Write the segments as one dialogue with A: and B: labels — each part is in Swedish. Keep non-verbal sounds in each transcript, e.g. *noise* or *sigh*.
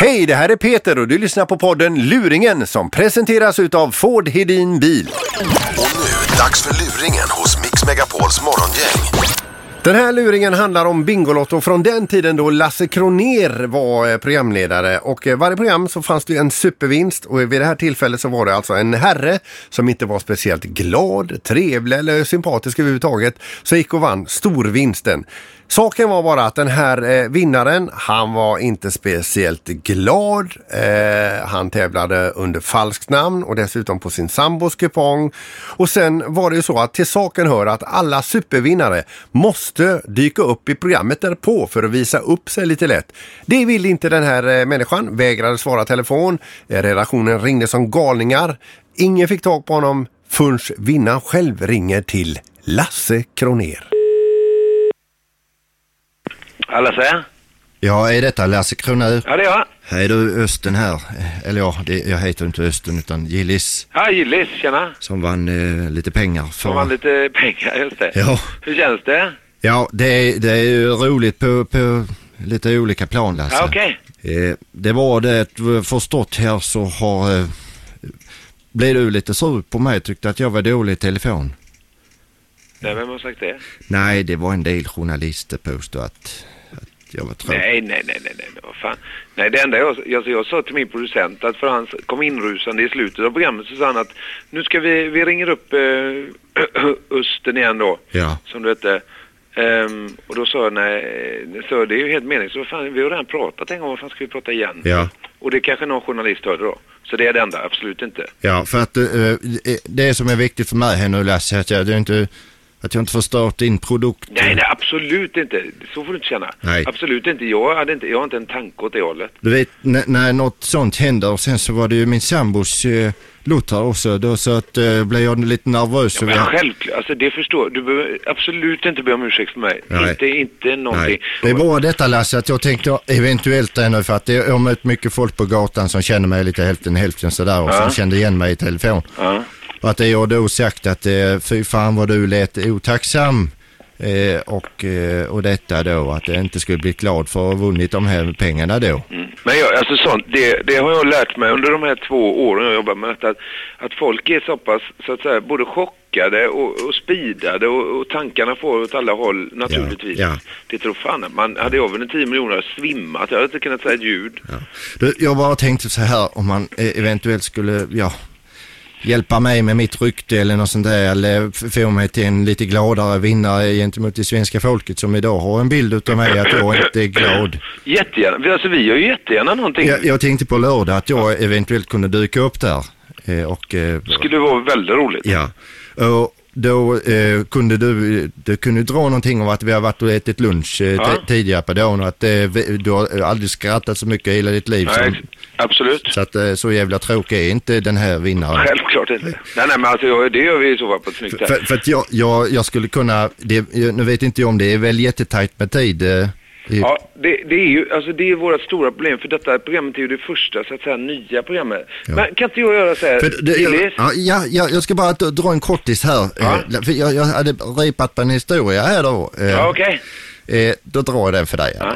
A: Hej, det här är Peter och du lyssnar på podden Luringen som presenteras utav Ford Hedin Bil.
B: Och nu, dags för luringen hos Mix Megapols morgongäng.
A: Den här luringen handlar om Bingolotto från den tiden då Lasse Kroner var eh, programledare och eh, varje program så fanns det ju en supervinst och vid det här tillfället så var det alltså en herre som inte var speciellt glad, trevlig eller sympatisk överhuvudtaget som gick och vann storvinsten. Saken var bara att den här eh, vinnaren, han var inte speciellt glad. Eh, han tävlade under falskt namn och dessutom på sin sambos kupong. Och sen var det ju så att till saken hör att alla supervinnare måste dyka upp i programmet därpå för att visa upp sig lite lätt. Det ville inte den här eh, människan, vägrade svara telefon. Eh, redaktionen ringde som galningar. Ingen fick tag på honom förrän vinnaren själv ringer till Lasse Kroner.
C: Lasse?
D: Ja, är detta Lasse Kronér?
C: Ja, det är jag.
D: Hej du, Östen här. Eller ja, det, jag heter inte Östen utan Gillis
C: Ja, Gillis, tjena.
D: som vann eh, lite pengar för...
C: Får man lite pengar, just det.
D: Ja,
C: Hur känns det?
D: ja det, är- det är ju roligt på, på lite olika plan Lasse.
C: Ja, okej.
D: Eh, det var det att eh, förstått här så har... Eh, blev du lite sur på mig tyckte att jag var dålig i telefon?
C: Nej, vem har sagt det?
D: Nej, det var en del journalister påstod att, att jag var trött.
C: Nej, nej, nej, nej, nej, men vad fan. Nej, det enda jag, jag, jag sa till min producent att för han kom inrusande i slutet av programmet så sa han att nu ska vi, vi ringer upp eh, *clears throat* Östen igen då.
D: Ja.
C: Som du hette. Ehm, och då sa jag nej, så det är ju helt meningslöst. Vad fan, Vi har redan pratat en gång, vad fan ska vi prata igen?
D: Ja.
C: Och det kanske någon journalist hörde då. Så det är det enda, absolut inte.
D: Ja, för att eh, det som är viktigt för mig här nu Lasse, är att jag, det är inte, att jag inte förstört din produkt.
C: Nej, nej, absolut inte. Så får du inte känna.
D: Nej.
C: Absolut inte. Jag, hade inte. jag har inte en tanke åt det hållet.
D: Du vet, när, när något sånt händer, och sen så var det ju min sambos eh, lottar också, då så att eh, blev jag lite nervös.
C: Men
D: över-
C: självklart, alltså det förstår Du behöver absolut inte be om ursäkt för mig.
D: Nej.
C: Inte, inte någonting.
D: Nej. Det är bara detta Lasse, att jag tänkte eventuellt det nu för att det- jag har mött mycket folk på gatan som känner mig lite hälften hälften sådär och som kände igen mig i telefon.
C: Ja.
D: Och att det jag då sagt att eh, fy fan vad du lät otacksam. Eh, och, eh, och detta då att jag inte skulle bli glad för att ha vunnit de här pengarna då.
C: Mm. Men jag, alltså sånt, det, det har jag lärt mig under de här två åren jag jobbar med detta. Att, att folk är så pass, så att säga, både chockade och, och speedade och, och tankarna får åt alla håll naturligtvis.
D: ja.
C: Det tror fan att man, hade jag vunnit 10 miljoner hade jag svimmat. Jag hade inte kunnat säga ett ljud.
D: Ja. Du, jag bara tänkte så här om man eh, eventuellt skulle, ja, hjälpa mig med mitt rykte eller något sånt där eller f- få mig till en lite gladare vinnare gentemot det svenska folket som idag har en bild utav mig att jag inte är glad.
C: *clears throat* Jättegärna. Vi- Alltså vi gör ju jättegärna någonting.
D: Jag, jag tänkte på lördag att jag eventuellt kunde dyka upp där eh, och eh,
C: Det skulle vara väldigt roligt.
D: Ja, och då eh, kunde du, du kunde dra någonting om att vi har varit och ätit lunch eh,
C: Ja.
D: ti- tidigare på dagen och att eh, vi, du har aldrig skrattat så mycket i hela ditt liv.
C: Nej,
D: Som,
C: ex- absolut.
D: liksom. så att eh, så jävla tråkig är inte den här vinnaren.
C: Självklart inte. Nej, nej, men alltså jag- det gör vi i så fall på ett snyggt sätt.
D: För, för att jag, jag, jag skulle kunna, det, nu vet inte jag om det är väl jättetajt med tid. Eh, i,
C: Ja, det, det är ju alltså det är vårt stora problem för detta programmet är ju det första så att säga nya programmet. Men kan inte jag göra så här,
D: För det, jag,
C: Gillis?
D: ja, ja, ja, jag ska bara d- dra en kortis här.
C: Ja.
D: Eh, För jag, jag hade repat på en historia här då. Eh,
C: Ja, okej.
D: Eh, då drar jag den för dig.
C: Ja.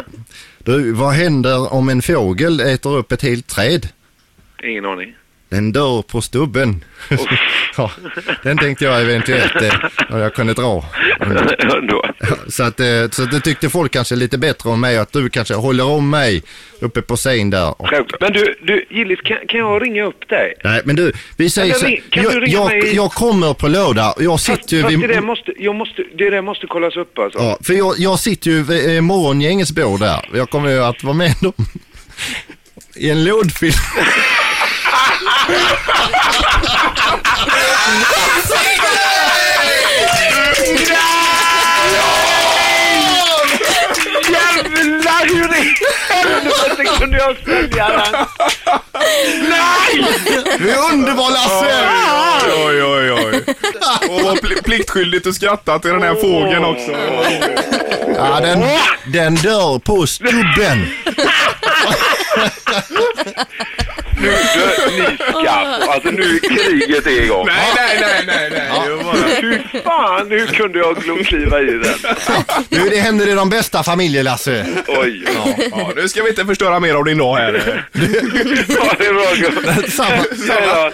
D: Du, vad händer om en fågel äter upp ett helt träd?
C: Ingen aning.
D: Den dör på stubben. *laughs* ja, den tänkte jag eventuellt eh, om jag kunde dra.
C: *laughs* Ändå.
D: Så, att, eh, så att det tyckte folk kanske lite bättre om mig, att du kanske håller om mig uppe på scen där. Och,
C: Självklart. Men du, du Gillis, kan, kan jag ringa upp dig?
D: nej, men du, vi säger
C: Men
D: så
C: ring- kan du
D: jag,
C: ringa
D: jag,
C: mig?
D: jag kommer på lördag och jag
C: Fast,
D: sitter ju
C: fast det
D: vid...
C: där måste, jag måste, det där måste kollas upp alltså.
D: Ja, för jag, jag sitter ju vid eh, morgongängets bord där. Jag kommer ju att vara med dem *laughs* i en lådfilm.
C: Jävlar hur i helvete kunde jag sälja den?
D: Du är underbar Lasse!
E: Oj, oj, oj.
D: *laughs*
E: Och vad pl- pliktskyldigt du skrattat till den här fågeln också.
D: Ja, den, den dör på stubben.
C: snubbe, ni skatt. Alltså nu är kriget är igång.
E: Nej, nej, nej, nej, nej. Det var bara...
C: Fy fan, hur kunde jag glo- kliva i den?
D: Nu det händer i de bästa familjer Lasse.
C: Oj,
E: Ja, nu ska vi inte förstöra mer av din dag här.
C: ha det bra gubben.
D: Samma.
C: Hej då.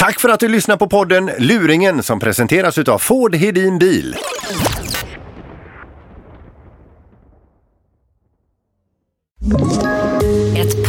A: Tack för att du lyssnar på podden Luringen som presenteras utav Ford Hedin Bil.
F: Ett